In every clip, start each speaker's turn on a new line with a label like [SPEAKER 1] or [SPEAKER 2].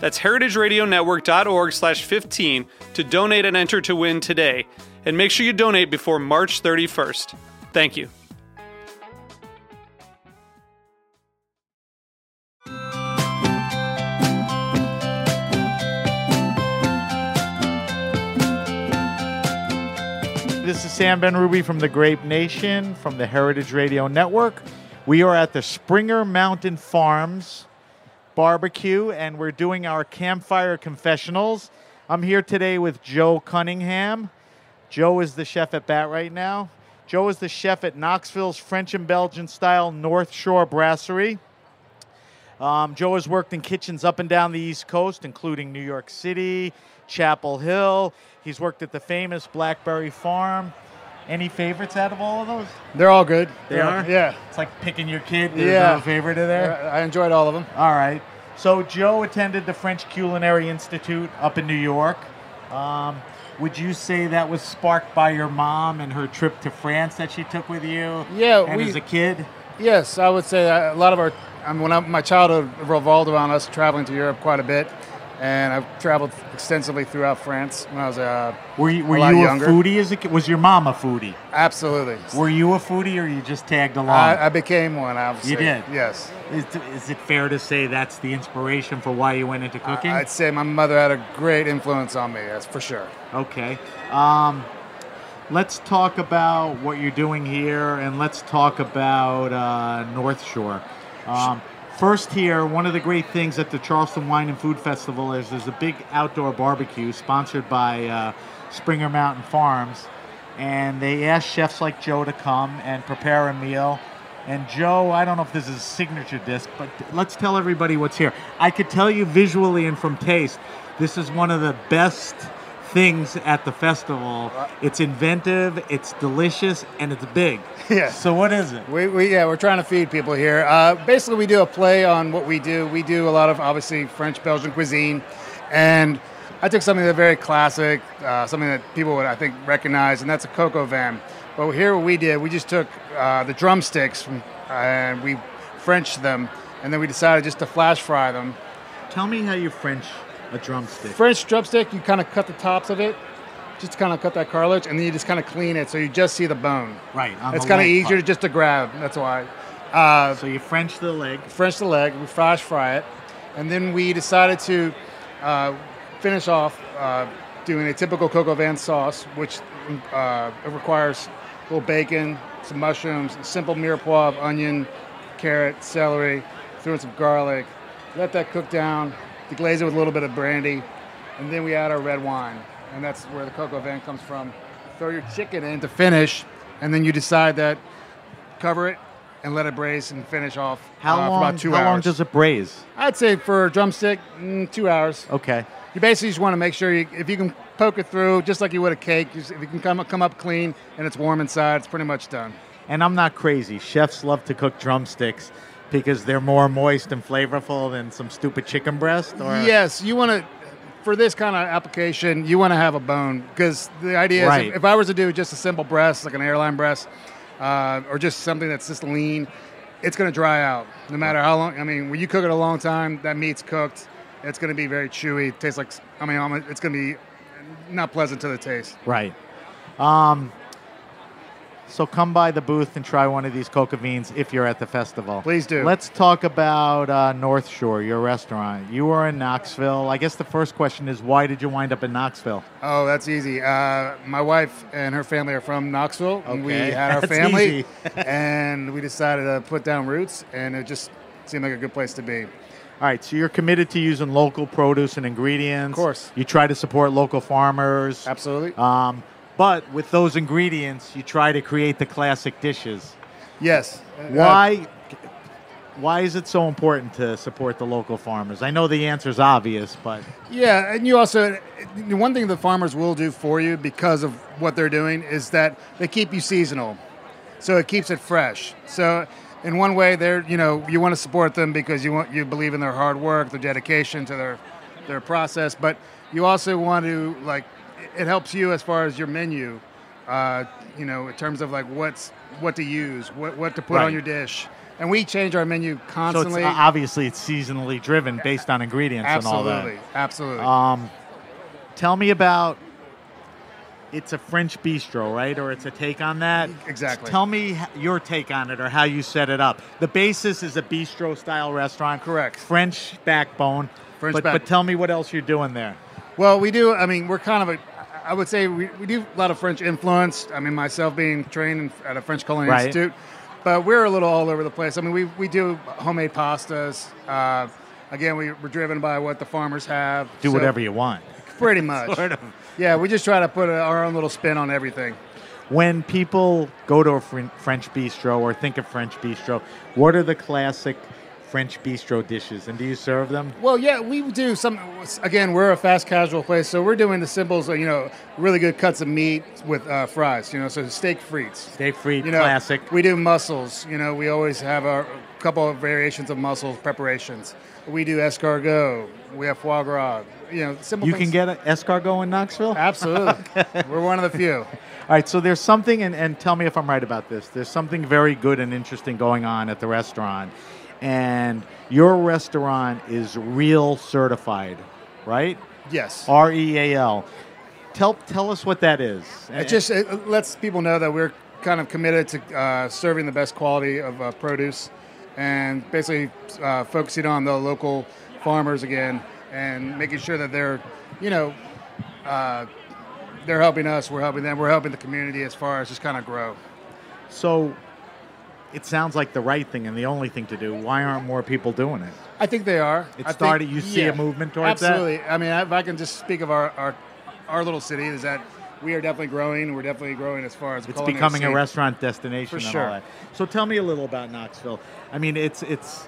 [SPEAKER 1] That's heritageradionetwork.org slash 15 to donate and enter to win today. And make sure you donate before March 31st. Thank you.
[SPEAKER 2] This is Sam Ben Ruby from the Grape Nation from the Heritage Radio Network. We are at the Springer Mountain Farms barbecue and we're doing our campfire confessionals. I'm here today with Joe Cunningham. Joe is the chef at Bat right now. Joe is the chef at Knoxville's French and Belgian style North Shore Brasserie. Um, Joe has worked in kitchens up and down the East Coast, including New York City, Chapel Hill. He's worked at the famous Blackberry Farm. Any favorites out of all of those?
[SPEAKER 3] They're all good.
[SPEAKER 2] They are?
[SPEAKER 3] Yeah.
[SPEAKER 2] It's like picking your kid. There's
[SPEAKER 3] Yeah.
[SPEAKER 2] no favorite in there.
[SPEAKER 3] I enjoyed all of them.
[SPEAKER 2] All right. So Joe attended the French Culinary Institute up in New York. Um, would you say that was sparked by your mom and her trip to France that she took with you?
[SPEAKER 3] Yeah,
[SPEAKER 2] and
[SPEAKER 3] we-
[SPEAKER 2] as a kid.
[SPEAKER 3] Yes, I would say that a lot of our, I mean, when I, my childhood revolved around us traveling to Europe quite a bit. And I've traveled extensively throughout France when I was uh,
[SPEAKER 2] Were you, were
[SPEAKER 3] a lot
[SPEAKER 2] you
[SPEAKER 3] younger.
[SPEAKER 2] a foodie as a kid? Was your mom a foodie?
[SPEAKER 3] Absolutely.
[SPEAKER 2] Were you a foodie, or you just tagged along?
[SPEAKER 3] I, I became one, obviously.
[SPEAKER 2] You did?
[SPEAKER 3] Yes.
[SPEAKER 2] is, is it fair to say that's the inspiration for why you went into cooking?
[SPEAKER 3] I'd say my mother had a great influence on me, that's for sure.
[SPEAKER 2] Okay. Um, let's talk about what you're doing here, and let's talk about uh, North Shore. Um, first, here, one of the great things at the Charleston Wine and Food Festival is there's a big outdoor barbecue sponsored by uh, Springer Mountain Farms, and they ask chefs like Joe to come and prepare a meal. And Joe, I don't know if this is a signature disc, but let's tell everybody what's here. I could tell you visually and from taste, this is one of the best things at the festival. It's inventive, it's delicious, and it's big.
[SPEAKER 3] Yeah.
[SPEAKER 2] So what is it?
[SPEAKER 3] We, we yeah, we're trying to feed people here. Uh, basically, we do a play on what we do. We do a lot of obviously French Belgian cuisine, and I took something that's very classic, uh, something that people would I think recognize, and that's a coco van. But here, what we did, we just took uh, the drumsticks from- and we Frenched them, and then we decided just to flash fry them.
[SPEAKER 2] Tell me how you French a drumstick.
[SPEAKER 3] French drumstick, you kind of cut the tops of it, just kind of cut that cartilage, and then you just kind of clean it so you just see the bone.
[SPEAKER 2] Right. on
[SPEAKER 3] It's
[SPEAKER 2] the
[SPEAKER 3] kind of
[SPEAKER 2] leg
[SPEAKER 3] easier
[SPEAKER 2] part.
[SPEAKER 3] just to grab. That's why. Uh,
[SPEAKER 2] So you French the leg.
[SPEAKER 3] French the leg, we flash fry it, and then we decided to uh, finish off uh, doing a typical coco van sauce, which uh, it requires a little bacon, some mushrooms, simple mirepoix of onion, carrot, celery, throw in some garlic, let that cook down, deglaze it with a little bit of brandy, and then we add our red wine, and that's where the coco van comes from. Throw your chicken in to finish, and then you decide that cover it and let it braise and finish off
[SPEAKER 2] How long?
[SPEAKER 3] uh, for about two
[SPEAKER 2] how
[SPEAKER 3] hours.
[SPEAKER 2] long does it braise?
[SPEAKER 3] I'd say for a drumstick, mm, two hours.
[SPEAKER 2] Okay.
[SPEAKER 3] You basically just want to make sure you, if you can poke it through, just like you would a cake. Just, if you can come come up clean and it's warm inside, it's pretty much done.
[SPEAKER 2] And I'm not crazy. Chefs love to cook drumsticks because they're more moist and flavorful than some stupid chicken breast. Or
[SPEAKER 3] yes, you want to. For this kind of application, you want to have a bone because the idea is
[SPEAKER 2] Right.
[SPEAKER 3] if, if I was to do just a simple breast, like an airline breast, uh, or just something that's just lean, it's going to dry out no matter how long. I mean, when you cook it a long time, that meat's cooked. It's going to be very chewy. Tastes like, I mean, almo- it's going to be not pleasant to the taste.
[SPEAKER 2] Right. Um, So come by the booth and try one of these coca beans if you're at the festival.
[SPEAKER 3] Please do.
[SPEAKER 2] Let's talk about uh, North Shore, your restaurant. You were in Knoxville. I guess the first question is why did you wind up in Knoxville?
[SPEAKER 3] Oh, that's easy. Uh, my wife and her family are from Knoxville, and we
[SPEAKER 2] Okay,
[SPEAKER 3] had our
[SPEAKER 2] that's
[SPEAKER 3] family,
[SPEAKER 2] easy.
[SPEAKER 3] and we decided to put down roots, and it just seemed like a good place to be.
[SPEAKER 2] All right, so you're committed to using local produce and ingredients.
[SPEAKER 3] Of course.
[SPEAKER 2] You try to support local farmers.
[SPEAKER 3] Absolutely.
[SPEAKER 2] Um, but with those ingredients, you try to create the classic dishes.
[SPEAKER 3] yes. Uh,
[SPEAKER 2] Why? Why is it so important to support the local farmers? I know the answer's obvious, but
[SPEAKER 3] Yeah, and you also the one thing the farmers will do for you because of what they're doing is that they keep you seasonal, so it keeps it fresh. So in one way, they're you know you want to support them because you want you believe in their hard work, their dedication to their their process, but you also want to like it helps you as far as your menu, uh, you know, in terms of like what's what to use, what what to put
[SPEAKER 2] Right.
[SPEAKER 3] on your dish, and we change our menu
[SPEAKER 2] so it's,
[SPEAKER 3] constantly.
[SPEAKER 2] obviously it's seasonally driven based on ingredients and all
[SPEAKER 3] absolutely,
[SPEAKER 2] that.
[SPEAKER 3] absolutely.
[SPEAKER 2] Um, tell me about. It's a French bistro, right? Or it's a take on that?
[SPEAKER 3] Exactly.
[SPEAKER 2] Tell me h- your take on it or how you set it up. The basis is a bistro style restaurant.
[SPEAKER 3] Correct.
[SPEAKER 2] French backbone.
[SPEAKER 3] French
[SPEAKER 2] but,
[SPEAKER 3] back-
[SPEAKER 2] but tell me what else you're doing there.
[SPEAKER 3] Well, we do. I mean, we're kind of a. I would say we, we do a lot of French influence. I mean, myself being trained at a French culinary
[SPEAKER 2] Right.
[SPEAKER 3] institute, but we're a little all over the place. I mean, we, we do homemade pastas. Uh, again, we, we're driven by what the farmers have.
[SPEAKER 2] Do
[SPEAKER 3] so-
[SPEAKER 2] whatever you want.
[SPEAKER 3] Pretty much.
[SPEAKER 2] Sort of.
[SPEAKER 3] Yeah, we just try to put our own little spin on everything.
[SPEAKER 2] When people go to a Fren- French bistro or think of French bistro, what are the classic French bistro dishes? And do you serve them?
[SPEAKER 3] Well, yeah, we do some. Again, we're a fast casual place, so we're doing the symbols. You know, really good cuts of meat with uh, fries. You know, so steak frites.
[SPEAKER 2] Steak free,
[SPEAKER 3] you know,
[SPEAKER 2] classic.
[SPEAKER 3] We do mussels. You know, we always have our a couple of variations of mussels preparations. We do escargot. We have foie gras. You know, simple.
[SPEAKER 2] You
[SPEAKER 3] things.
[SPEAKER 2] can get an escargot in Knoxville?
[SPEAKER 3] absolutely. We're one of the few.
[SPEAKER 2] All right, so there's something, and, and tell me if I'm right about this. There's something very good and interesting going on at the restaurant, and your restaurant is real certified, right?
[SPEAKER 3] Yes.
[SPEAKER 2] R E A L. Tell tell us what that is.
[SPEAKER 3] It just it lets people know that we're kind of committed to uh, serving the best quality of uh, produce, and basically uh, focusing on the local farmers again, and making sure that they're, you know. Uh, they're helping us. We're helping them. We're helping the community as far as just kind of grow.
[SPEAKER 2] so it sounds like the right thing and the only thing to do. Why aren't more people doing it?
[SPEAKER 3] I think they are.
[SPEAKER 2] It
[SPEAKER 3] I think-
[SPEAKER 2] started- you see a movement towards that?
[SPEAKER 3] absolutely. I mean, if I can just speak of our, our our little city, is that we are definitely growing. We're definitely growing as far as
[SPEAKER 2] It's becoming a restaurant destination
[SPEAKER 3] For
[SPEAKER 2] and
[SPEAKER 3] sure.
[SPEAKER 2] all that. So tell me a little about Knoxville. I mean, it's it's.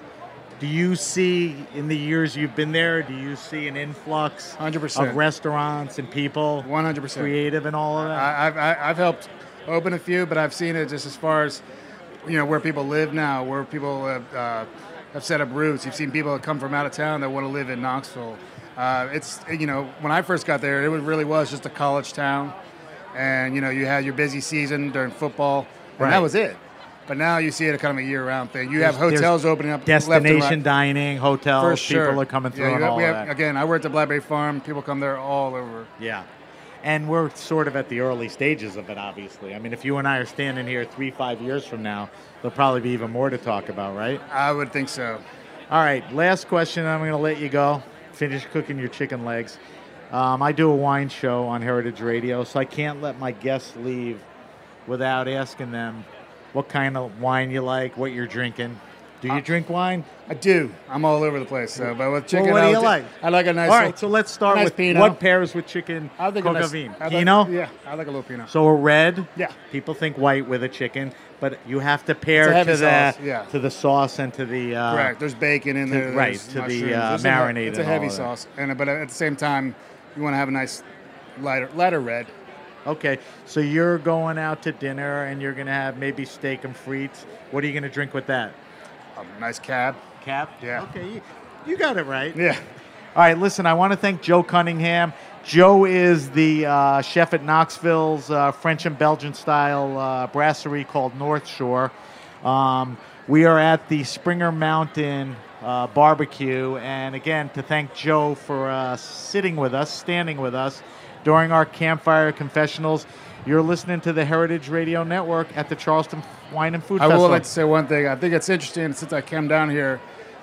[SPEAKER 2] Do you see in the years you've been there? Do you see an influx
[SPEAKER 3] 100%.
[SPEAKER 2] of restaurants and people,
[SPEAKER 3] One hundred percent.
[SPEAKER 2] creative and all of that?
[SPEAKER 3] I've I- I've helped open a few, but I've seen it just as far as you know where people live now, where people have, uh, have set up roots. You've seen people that come from out of town that want to live in Knoxville. Uh, it's you know when I first got there, it was- really was just a college town, and you know you had your busy season during football, and
[SPEAKER 2] Right.
[SPEAKER 3] that was it. But now you see it kind of a year-round thing. You have
[SPEAKER 2] There's- there's
[SPEAKER 3] hotels opening up, left and right.
[SPEAKER 2] Destination dining, hotels,
[SPEAKER 3] for sure.
[SPEAKER 2] people are coming through
[SPEAKER 3] Yeah,
[SPEAKER 2] and
[SPEAKER 3] you have-
[SPEAKER 2] all
[SPEAKER 3] we
[SPEAKER 2] of
[SPEAKER 3] have-
[SPEAKER 2] that.
[SPEAKER 3] Again, I worked at Blackberry Farm. People come there all over.
[SPEAKER 2] Yeah. And we're sort of at the early stages of it, obviously. I mean, if you and I are standing here three, five years from now, there'll probably be even more to talk about, right?
[SPEAKER 3] I would think so.
[SPEAKER 2] All right, last question. I'm going to let you go. Finish cooking your chicken legs. Um, I do a wine show on Heritage Radio, so I can't let my guests leave without asking them what kind of wine you like, what you're drinking. Do you
[SPEAKER 3] Uh,
[SPEAKER 2] drink wine?
[SPEAKER 3] I do. I'm all over the place. So, but with
[SPEAKER 2] Well,
[SPEAKER 3] chicken,
[SPEAKER 2] what
[SPEAKER 3] I
[SPEAKER 2] do you
[SPEAKER 3] would-
[SPEAKER 2] like?
[SPEAKER 3] I like a nice.
[SPEAKER 2] All right, so let's start
[SPEAKER 3] nice
[SPEAKER 2] with
[SPEAKER 3] Pinot.
[SPEAKER 2] what pairs with chicken
[SPEAKER 3] I think a
[SPEAKER 2] coca
[SPEAKER 3] nice,
[SPEAKER 2] vin.
[SPEAKER 3] I like-
[SPEAKER 2] Pinot?
[SPEAKER 3] Yeah, I like a little Pinot.
[SPEAKER 2] So a red.
[SPEAKER 3] Yeah.
[SPEAKER 2] People think white with a chicken, but you have to pair
[SPEAKER 3] heavy
[SPEAKER 2] to the
[SPEAKER 3] sauce, yeah.
[SPEAKER 2] to the sauce and to the uh,
[SPEAKER 3] Correct. There's bacon in there.
[SPEAKER 2] right,
[SPEAKER 3] there's
[SPEAKER 2] to the,
[SPEAKER 3] mushrooms,
[SPEAKER 2] uh,
[SPEAKER 3] there's a he-
[SPEAKER 2] marinade
[SPEAKER 3] It's a
[SPEAKER 2] and
[SPEAKER 3] heavy
[SPEAKER 2] all of that.
[SPEAKER 3] sauce, and but at the same time, you want to have a nice lighter lighter red.
[SPEAKER 2] Okay, so you're going out to dinner and you're gonna have maybe steak and frites. What are you gonna drink with that?
[SPEAKER 3] A nice cab.
[SPEAKER 2] Cap.
[SPEAKER 3] Yeah.
[SPEAKER 2] Okay, you, you got it right.
[SPEAKER 3] Yeah.
[SPEAKER 2] All right, listen, I want to thank Joe Cunningham. Joe is the uh, chef at Knoxville's uh, French and Belgian style uh, brasserie called North Shore. Um, we are at the Springer Mountain uh, barbecue. And again, to thank Joe for uh, sitting with us, standing with us. during our campfire confessionals. You're listening to the Heritage Radio Network at the Charleston Wine and Food
[SPEAKER 3] I
[SPEAKER 2] Festival.
[SPEAKER 3] will like to say one thing. I think it's interesting since I came down here.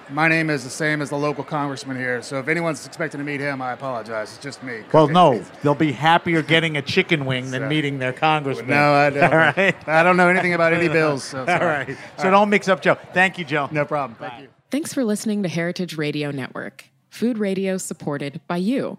[SPEAKER 3] My name is the same as the local congressman here, so if anyone's expecting to meet him, I apologize. It's just me.
[SPEAKER 2] well, no, they'll be happier getting a chicken wing than
[SPEAKER 3] So-
[SPEAKER 2] meeting their congressman.
[SPEAKER 3] no, I don't.
[SPEAKER 2] All right.
[SPEAKER 3] I don't know anything about any bills. So
[SPEAKER 2] All
[SPEAKER 3] sorry.
[SPEAKER 2] right. So don't mix up Joe. Thank you, Joe.
[SPEAKER 3] No problem. Thank you.
[SPEAKER 4] Thanks for listening to Heritage Radio Network, food radio supported by you.